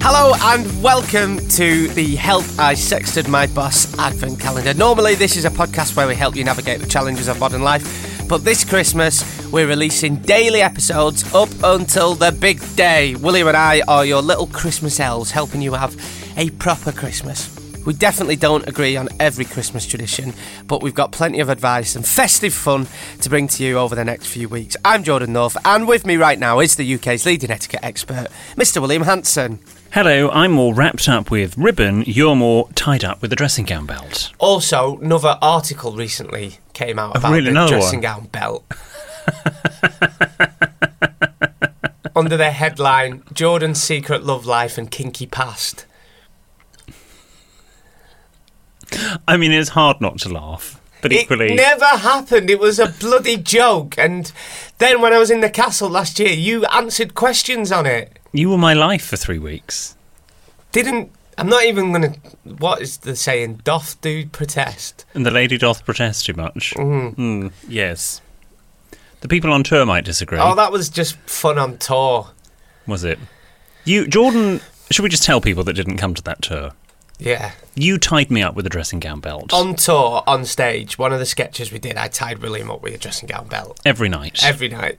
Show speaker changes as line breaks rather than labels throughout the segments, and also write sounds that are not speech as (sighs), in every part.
Hello and welcome to the Help I Sexted My Boss Advent Calendar. Normally, this is a podcast where we help you navigate the challenges of modern life, but this Christmas, we're releasing daily episodes up until the big day. William and I are your little Christmas elves helping you have a proper Christmas. We definitely don't agree on every Christmas tradition, but we've got plenty of advice and festive fun to bring to you over the next few weeks. I'm Jordan North, and with me right now is the UK's leading etiquette expert, Mr. William Hanson.
Hello, I'm more wrapped up with ribbon, you're more tied up with a dressing gown belt.
Also, another article recently came out
Oh,
about
really?
the
Another
dressing
one?
gown belt. (laughs) Under the headline, Jordan's secret love life and kinky past.
I mean, it's hard not to laugh, but equally.
It never happened. It was a bloody joke. And then when I was in the castle last year, you answered questions on it.
You were my life for three weeks.
Didn't. I'm not even going to. What is the saying? Doff do protest.
And the lady doth protest too much.
Mm-hmm.
Mm, yes. The people on tour might disagree.
Oh, that was just fun on tour.
was it? You, Jordan, should we just tell people that didn't come to that tour?
Yeah.
You tied me up with a dressing gown belt.
On tour, on stage, one of the sketches we did, I tied William up with a dressing gown belt.
Every night.
Every night.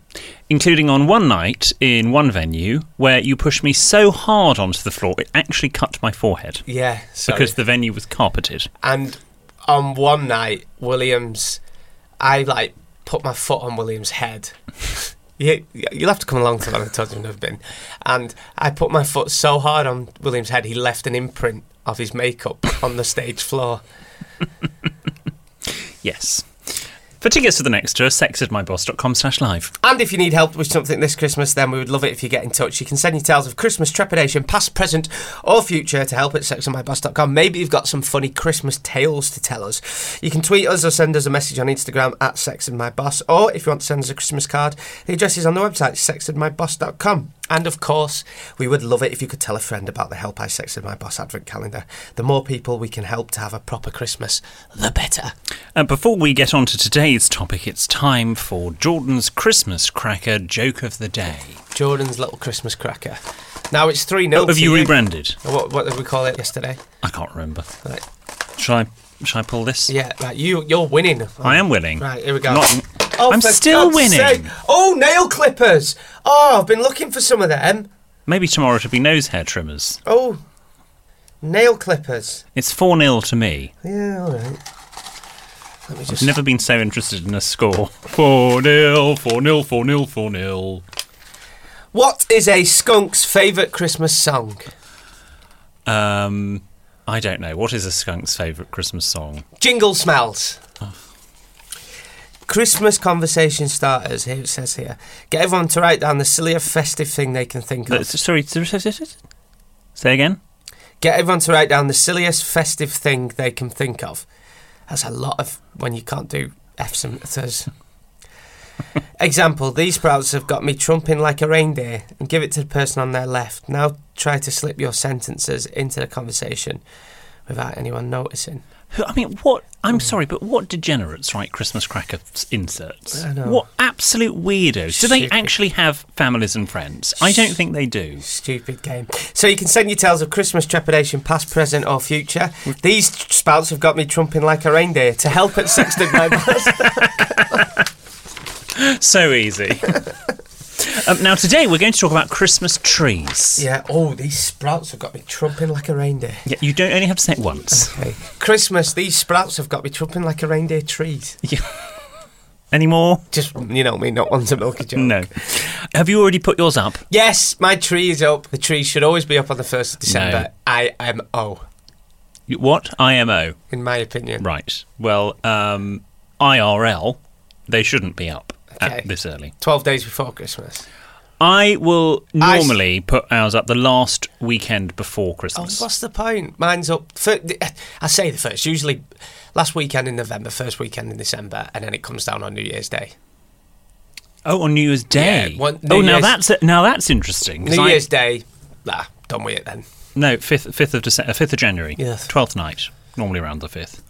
including on one night in one venue where you pushed me so hard onto the floor it actually cut my forehead
Yeah. So
because the venue was carpeted.
and on one night, Williams, I like put my foot on Williams' head. (laughs) you, you'll have to come along to that. I told you I've been. And I put my foot so hard on Williams' head, he left an imprint of his makeup on the stage floor.
Yes. For tickets to the next tour, sexedmyboss.com slash live.
And if you need help with something this Christmas, then we would love it if you get in touch. You can send your tales of Christmas trepidation, past, present, or future, to help at sexonmyboss.com. Maybe you've got some funny Christmas tales to tell us. You can tweet us or send us a message on Instagram at sexandmyboss, or if you want to send us a Christmas card, the address is on the website, sexandmyboss.com. And of course, we would love it if you could tell a friend about the Help I Sexed My Boss advent calendar. The more people we can help to have a proper Christmas, the better.
And Uh, before we get on to today's topic, it's time for Jordan's Christmas cracker joke of the day.
Jordan's little Christmas cracker. Now it's 3 0.
have you rebranded?
What, what did we call it yesterday?
I can't remember.
Right.
Shall I, shall I pull this?
Yeah, right. You, you're winning.
I am winning.
Right, here we go.
Not-
Oh,
I'm
for
still
God's
winning.
sake. Oh, nail clippers. Oh, I've been looking for some of them.
Maybe tomorrow it'll be nose hair trimmers.
Oh, nail clippers.
It's 4 0 to me.
Yeah, all right. Let me just.
Never been so interested in a score. 4 0, 4 0, 4 0, 4 0.
What is a skunk's favourite Christmas song?
Um, I don't know. What is a skunk's favourite Christmas song?
Jingle smells.
Oh.
Christmas conversation starters. Here it says here. Get everyone to write down the silliest festive thing they can think
Uh,
of.
Sorry, say again?
Get everyone to write down the silliest festive thing they can think of. That's a lot of when you can't do F's and T's. Example, these sprouts have got me trumping like a reindeer and give it to the person on their left. Now try to slip your sentences into the conversation without anyone noticing.
Who, I mean, what?
Hmm.
I'm sorry, but what degenerates write Christmas cracker s- inserts?
I know.
What absolute weirdos? Do they
Stupid.
actually have families and friends? I don't think
(laughs)
they do.
Stupid game. So you can send your tales of Christmas trepidation, past, present, or future. These t- spouts have got me trumping like a reindeer to help at Sexton My Boss.
So easy. (laughs) um, now, today we're going to talk about Christmas trees.
Yeah, oh, these sprouts have got me trumping like a reindeer.
Yeah, You don't only have to say it once.
(laughs) Okay. Christmas, these sprouts have got me trumping like a reindeer trees.
Any more?
Just, you know me, not want to milk a joke.
No. Have you already put yours up?
Yes, my tree is up. The tree should always be up on the 1st of December.
No.
I am O,
You- What? IMO.
in my opinion.
Right. Well, um, IRL, they shouldn't be up
Okay.
at this early.
12 days before Christmas.
I will
I s-
normally put ours up the last weekend before Christmas.
Oh, what's the point? Mine's up. Fir- I say the first, usually last weekend in November, first weekend in December, and then it comes down on New Year's Day.
oh, on New Year's Day.
Yeah, one-
oh,
New
now
Year's-
that's now that's interesting. 'cause
New
I-
Year's Day, nah, done with it then.
No, fifth fifth of December, fifth of January.
Yes.
Twelfth night, normally around the fifth.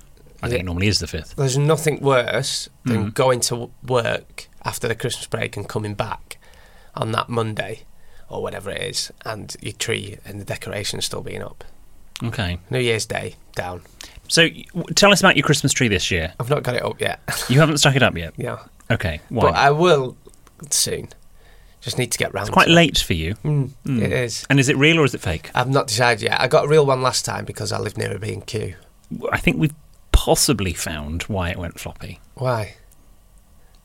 I think
Yeah.
it normally is the fifth.
There's nothing worse
Mm.
than going to work after the Christmas break and coming back on that Monday or whatever it is, and your tree and the decorations still being up.
Okay.
New Year's Day, down.
So y- w- tell us about your Christmas tree this year.
I've not got it up yet. (laughs)
You haven't stuck it up yet.
yeah.
Okay. Why?
But I will soon. Just need to get round
it's quite
to it. Mm,
late Mm. for you.
It is.
And is it real or is it fake?
I've not decided yet. I got a real one last time because I live near a B&Q.
I think we've possibly found why it went floppy,
Why?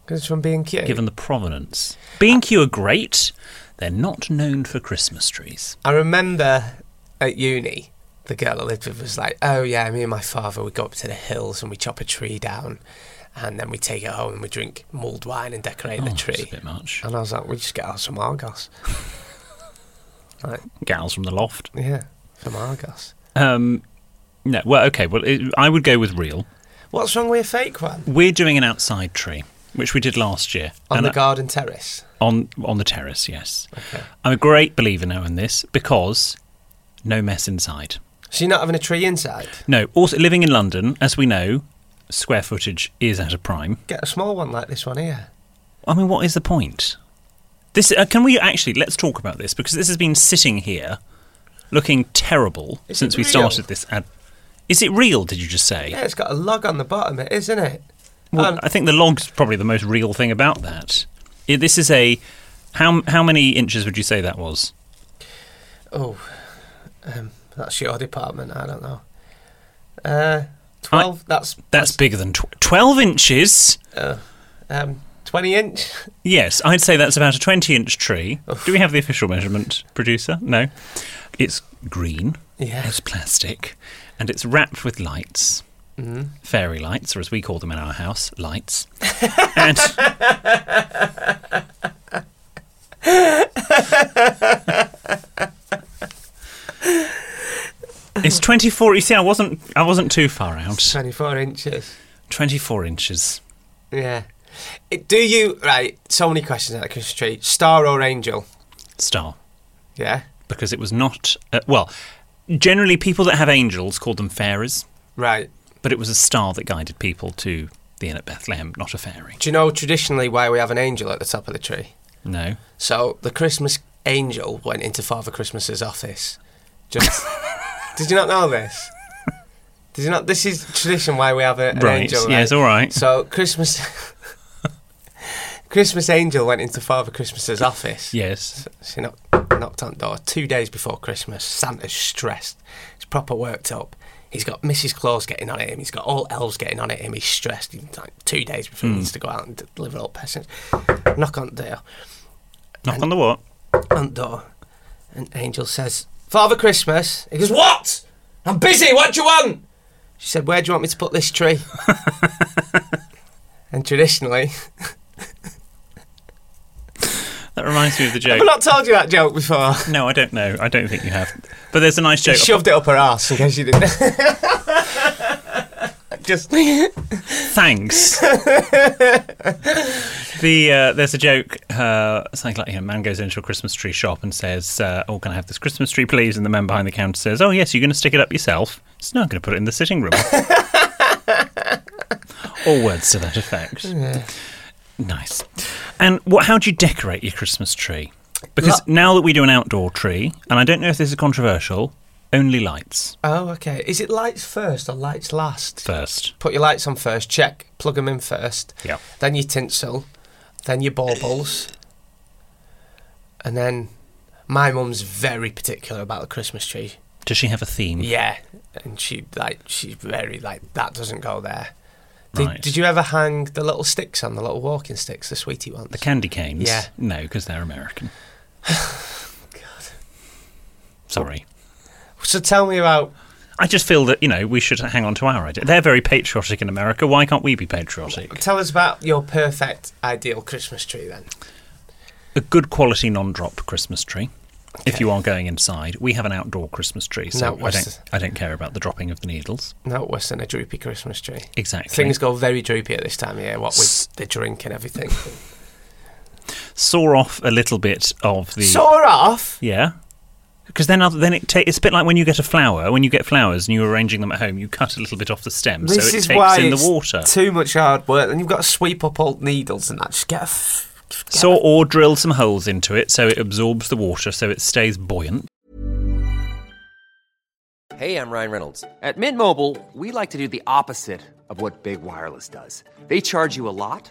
Because it's from B&Q.
given the provenance. B and Q are great. They're not known for Christmas trees.
I remember at uni, the girl I lived with was like, "Oh yeah, me and my father, we go up to the hills and we chop a tree down, and then we take it home and we drink mulled wine and decorate
Oh,
the
that's
tree."
a bit much.
And I was like, "We just get out some
(laughs)
Argos." like,
Gals from the loft.
yeah, some Argos.
Um, no, well, okay. Well, it, I would go with real.
What's wrong with a fake one
We're doing an outside tree, which we did last year
on
And
the
I-
garden terrace?
on on the terrace. Yes, I'm a great believer now in this because no mess inside.
So you're not having a tree inside?
No. Also, living in London, as we know, square footage is at a prime.
Get a small one like this one here.
I mean, what is the point? This uh, can we actually let's talk about this because this has been sitting here, looking terrible
Is it
since we
real?
started this ad. Is it real? Did you just say?
Yeah, it's got a log on the bottom, it isn't it?
Well,
Um,
I think the log's probably the most real thing about that. I- This is a how how many inches would you say that was?
Oh, um, that's your department. I don't know. Uh, twelve. that's
That's bigger than tw- twelve inches.
um, twenty inch. (laughs)
Yes, I'd say that's about a twenty-inch tree. Do we have the official measurement, producer? No, it's green.
Yeah.
it's plastic, and it's wrapped with lights, fairy lights, or as we call them in our house, lights. and it's twenty-four. You see, I wasn't, I wasn't too far out.
Twenty-four inches.
Twenty-four inches.
Yeah. It, do you right? So many questions at the Christmas tree. Star or angel?
Star.
Yeah.
because it was not uh, well generally people that have angels call them fairies
Right.
but it was a star that guided people to the inn at bethlehem not a fairy
Do you know traditionally why we have an angel at the top of the tree?
no
So the Christmas angel went into Father Christmas's office.
(laughs)
Just did you not know this? Did you not? This is tradition why we have a, an
Right,
angel.
yes, all right.
So Christmas, Christmas angel went into Father Christmas's office.
yes
She knocked, knocked on the door two days before Christmas. Santa's stressed. He's proper worked up. He's got Mrs. Claus getting on at him. He's got all elves getting on at him. He's stressed. He's like two days before
Hmm.
he needs to go out and d- deliver all presents. Knock on the door
knock on the what
front door, and Angel says, Father Christmas. He goes, What? I'm busy. What do you want? She said, Where do you want me to put this (laughs) tree? and traditionally,
that reminds me of the
I've
joke
not told you that joke before.
no i don't know i don't think you have but there's a nice
She
joke
shoved it up her ass in case you didn't. (laughs) Just
thanks the uh, there's a joke uh, something like you know, man goes into a christmas tree shop and says uh, oh can i have this christmas tree please and the man behind the counter says oh yes you're going to stick it up yourself so no i'm going to put it in the sitting room or words to that effect. Nice. And what? How do you decorate your Christmas tree? Because
Lo-
now that we do an outdoor tree, and I don't know if this is controversial, only lights
Oh, okay. Is it lights first or lights last?
first.
Put your lights on first. Check. Plug them in first.
Yeah.
Then your tinsel. Then your baubles. And then my mum's very particular about the Christmas tree.
Does she have a theme?
Yeah, and she like she's very like that doesn't go there. Did,
Right.
did you ever hang the little sticks on the little walking sticks, the sweetie ones?
The candy canes?
Yeah.
No, because they're American.
(sighs)
Sorry.
so tell me about
I just feel that, you know, we should hang on to our idea. They're very patriotic in America. Why can't we be patriotic?
tell us about your perfect ideal Christmas tree then.
A good quality non drop Christmas tree. If you are going inside, we have an outdoor Christmas tree, so
No,
I
what's
don't.
this?
I don't care about the dropping of the needles.
No worse than a droopy Christmas tree.
Exactly.
Things go very droopy at this time of year, what
S-
with the drink and (laughs) everything.
Saw off a little bit of the.
Saw off.
Yeah. Because then, other, then it ta- it's a bit like when you get a flower. When you get flowers and you're arranging them at home, you cut a little bit off the stem so
This
it
is
takes
why
in the
it's
water.
Too much hard work, and you've got to sweep up old needles and that. Just get a. F- get
So, or drill some holes into it so it absorbs the water, so it stays buoyant.
Hey, I'm Ryan Reynolds. At Mint Mobile, we like to do the opposite of what Big Wireless does. They charge you a lot,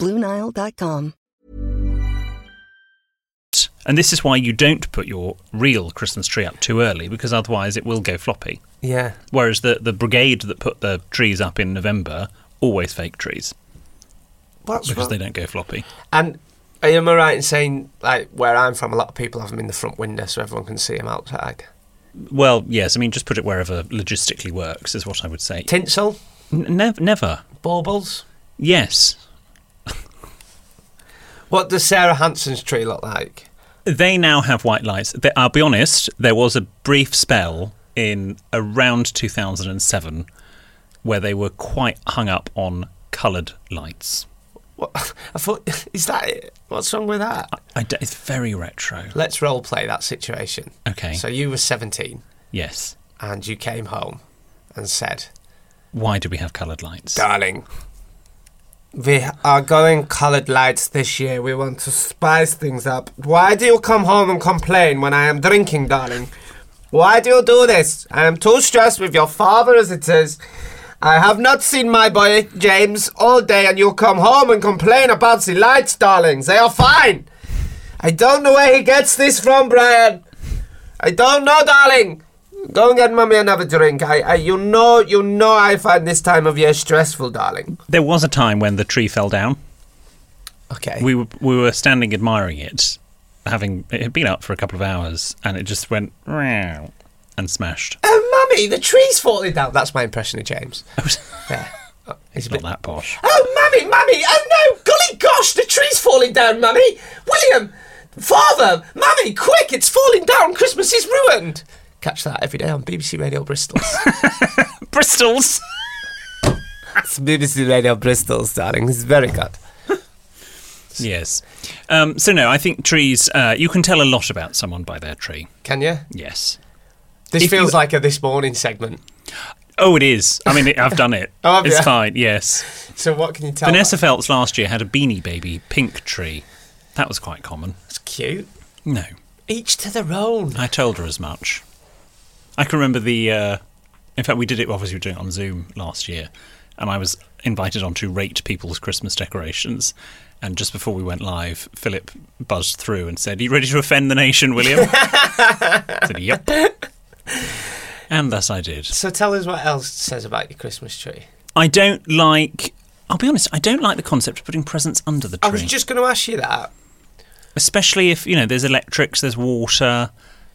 Bluenile.com.
And this is why you don't put your real Christmas tree up too early, because otherwise it will go floppy.
Yeah.
Whereas the, the brigade that put the trees up in November always fake trees
What's
because
wrong-
they don't go floppy.
And am I right in saying, like, where I'm from, a lot of people have them in the front window so everyone can see them outside?
Well, yes, I mean, just put it wherever logistically works is what I would say.
Tinsel,
N- nev- never.
baubles.
Yes.
What does Sarah Hanson's tree look like?
They now have white lights. They, I'll be honest, there was a brief spell in around 2007 where they were quite hung up on coloured lights.
What? (laughs) I thought, is that it? What's wrong with that?
I d it's very retro.
Let's role play that situation.
Okay.
So you were 17
Yes.
and you came home and said,
Why do we have coloured lights?
Darling, we are going coloured lights this year. We want to spice things up. Why do you come home and complain when I am drinking, darling? Why do you do this? I am too stressed with your father as it is. I have not seen my boy James all day, and you come home and complain about the lights, darling. They are fine. I don't know where he gets this from, Brian. I don't know, darling. Go and get mummy another drink. I, I, you know, you know, I find this time of year stressful, darling.
There was a time when the tree fell down.
Okay.
We were, we were standing admiring it, having it had been up for a couple of hours, and it just went "Meow," and smashed. (laughs)
oh, mummy, the tree's falling down. That's my impression of James.
(laughs)
Oh, Yeah.
It's not that posh.
Oh, mummy, mummy, oh no, golly gosh, the tree's falling down, mummy. William, father, mummy, quick, it's falling down. Christmas is ruined. Catch that every day on BBC Radio
(laughs)
Bristol's.
Bristol's.
It's BBC Radio Bristol's, darling. It's very good. plants.
Yes. Um, so no, I think trees. Uh, you can tell a lot about someone by their tree.
Can you?
Yes.
This
If
feels
you-
like a this morning segment.
Oh, it is. I mean, it, I've done it.
(laughs) Oh, have
it's
you?
fine. Yes.
So what can you tell?
Vanessa Feltz last year had a Beanie Baby pink tree. That was quite common.
That's cute.
No,
Each to their own.
I told her as much. I can remember the. Uh, in fact, we did it. Obviously, we were doing it on Zoom last year, and I was invited on to rate people's Christmas decorations. And just before we went live, Philip buzzed through and said, "Are you ready to offend the
(laughs)
nation, William?" I said, "Yep." And thus I did.
So tell us what else it says about your Christmas tree.
I don't like. I'll be honest. I don't like the concept of putting presents under the tree.
I was just going to ask you that.
especially if you know there's electrics, there's water.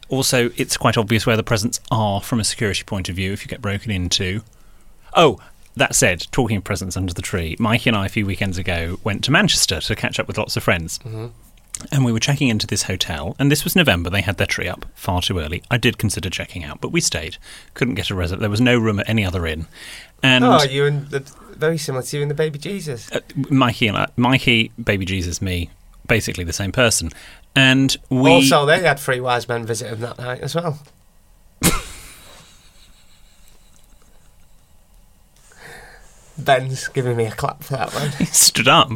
Also, it's quite obvious where the presents are from a security point of view if you get broken into. Oh, that said, talking of presents under the tree, Mikey and I a few weekends ago went to Manchester to catch up with lots of friends.
Mm-hmm.
And we were checking into this hotel, and this was November. They had their tree up far too early. I did consider checking out, but we stayed. Couldn't get a reservation. There was no room at any other inn. And
oh, you and the, very similar to you and the baby Jesus.
uh, Mikey and I, Mikey, baby Jesus, me, basically the same person. And we
also, they had three wise men visit them that night as
(laughs)
well. Ben's giving me a clap for that one.
(laughs) stood up.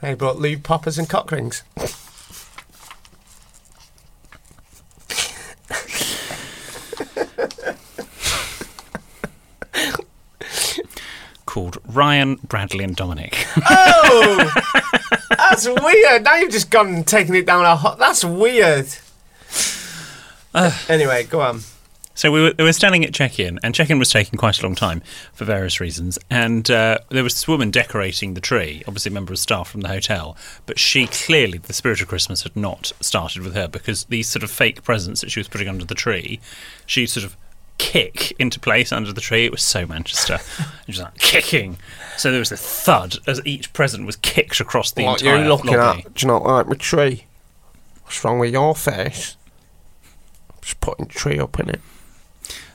They brought lube poppers and cock rings.
called Ryan, Bradley, and Dominic.
Oh, that's weird. Now you've just gone and taken it down a hot. That's weird.
Uh,
anyway, go on.
so we were, we were standing at check in, and check in was taking quite a long time for various reasons. And uh, there was this woman decorating the tree, obviously a member of staff from the hotel, but she clearly, the spirit of Christmas had not started with her because these sort of fake presents that she was putting under the tree, she sort of kick into place under the tree. It was so Manchester. it was like kicking. So there was a thud as each present was kicked across the
what
entire
you looking
lobby.
at? Do you not like my tree? What's wrong with your face? Just putting tree up in it.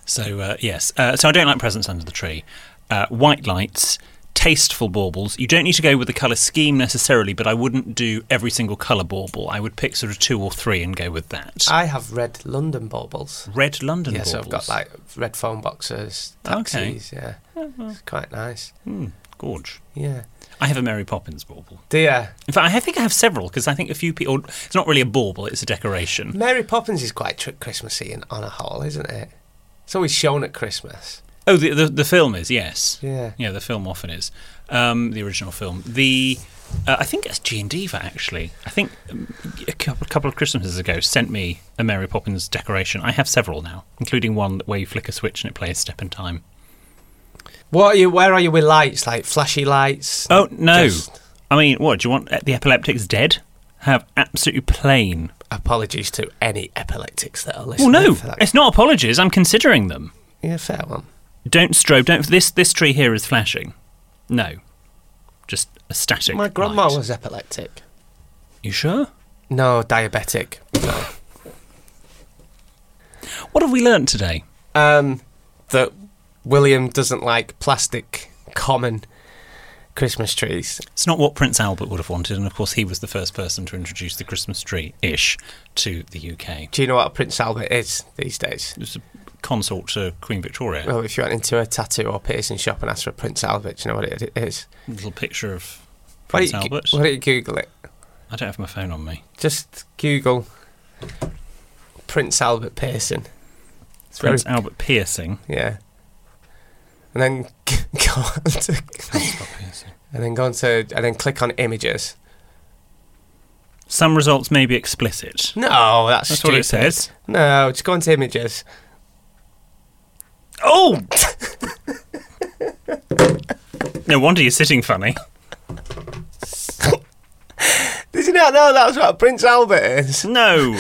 So uh, yes, uh, so I don't like presents under the tree. Uh, white lights, tasteful baubles. You don't need to go with the colour scheme necessarily, but I wouldn't do every single colour bauble. I would pick sort of two or three and go with that.
I have red London baubles.
Red London.
yeah, so Ah. I've
baubles.
got like red phone boxes,
Okay.
taxis. Yeah, it's quite nice.
Oh, Hmm, gorge.
Yeah,
I have a Mary Poppins bauble.
dear
In fact, I think I have several because I think a few people. It's not really a bauble; it's a decoration.
Mary Poppins is quite tr- Christmassy in, on a whole, isn't it? It's always shown at Christmas.
Oh, the, the the film is yes.
Yeah.
yeah. The film often is um, the original film. The uh, I think it's G and Diva actually. I think um, a couple, a couple of Christmases ago sent me a Mary Poppins decoration. I have several now, including one where you flick a switch and it plays Step in Time.
What are you? Where are you with lights? Like flashy lights?
Oh no!
Just-
I mean, what do you want? uh, The epileptics dead? Have absolutely plain.
apologies to any epileptics that are
Well,
listening.
no,
for that.
it's not apologies. I'm considering them.
yeah, fair one.
Don't strobe. Don't this this tree here is flashing. No, just a static.
My grandma
light.
was epileptic.
You sure?
No, diabetic.
What have we learnt today?
Um, that William doesn't like plastic common Christmas trees.
It's not what Prince Albert would have wanted, and of course, he was the first person to introduce the Christmas tree ish to the UK.
Do you know what a Prince Albert is these days?
It was a consort to Queen Victoria.
Well, if you went into a tattoo or piercing shop and asked for a Prince Albert, do you know what it is?
A little picture of
Why
Prince
don't, you,
Albert.
why don't you Google it?
I don't have my phone on me.
Just Google Prince Albert piercing. It's very,
Prince Albert piercing.
(laughs) yeah. And then (laughs) go on to, and then go on to, and then click on images.
Some results may be explicit.
No, that's,
That's what it
stupid.
says.
No, just go on to images.
Oh! no wonder you're sitting funny.
Did you not know that's what Prince Albert is? (laughs)
No!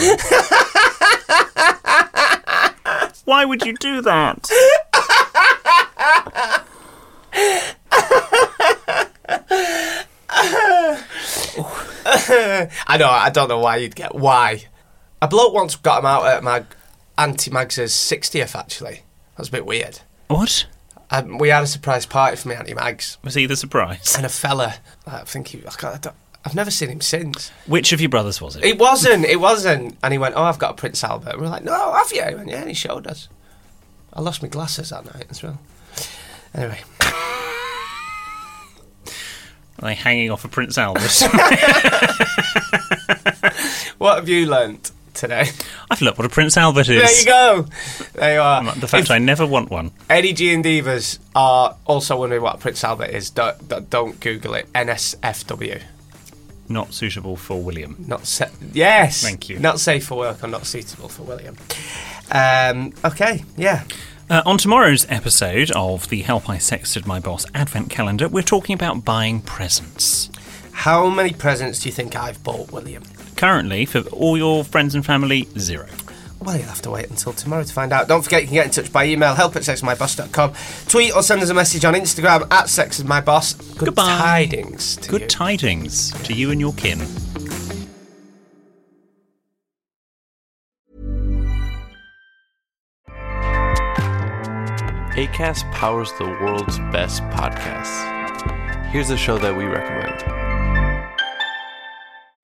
Why would you do that?
I know, I don't know why you'd get why. A bloke once got him out at my Auntie Mags's 60th, actually. That's a bit weird.
What?
Um, we had a surprise party for me Auntie Mags
Was he the surprise?
and a fella. I think he. I can't, I don't- I've never seen him since.
Which of your brothers was it?
It wasn't. It wasn't. And he went, "Oh, I've got a Prince Albert." And we're like, "No, have you?" He went, "Yeah." And he showed us. I lost my glasses that night as well. Anyway, (laughs)
Were they hanging off a Prince Albert?
what have you learnt today?
(laughs)
(laughs)
I've learned what a Prince Albert is. Um,
there you go. There you are.
The fact
If
I never want one.
Eddie G and Divas are also wondering what Prince Albert is. Don't, don't- don't Google it. NSFW.
Not suitable for William.
Not sa- yes.
Thank you.
Not safe for work or not suitable for William. Um, okay. Yeah.
Uh, on tomorrow's episode of the Help I Sexted My Boss Advent Calendar, we're talking about buying presents.
How many presents do you think I've bought, William?
Currently, for all your friends and family, zero.
Well, you'll have to wait until tomorrow to find out. Don't forget you can get in touch by email, help at sexmyboss.com. Tweet or send us a message on Instagram at sexismyboss. Good
Goodbye.
tidings to
Good
you.
tidings to you and your kin.
ACAST powers the world's best podcasts. Here's a show that we recommend.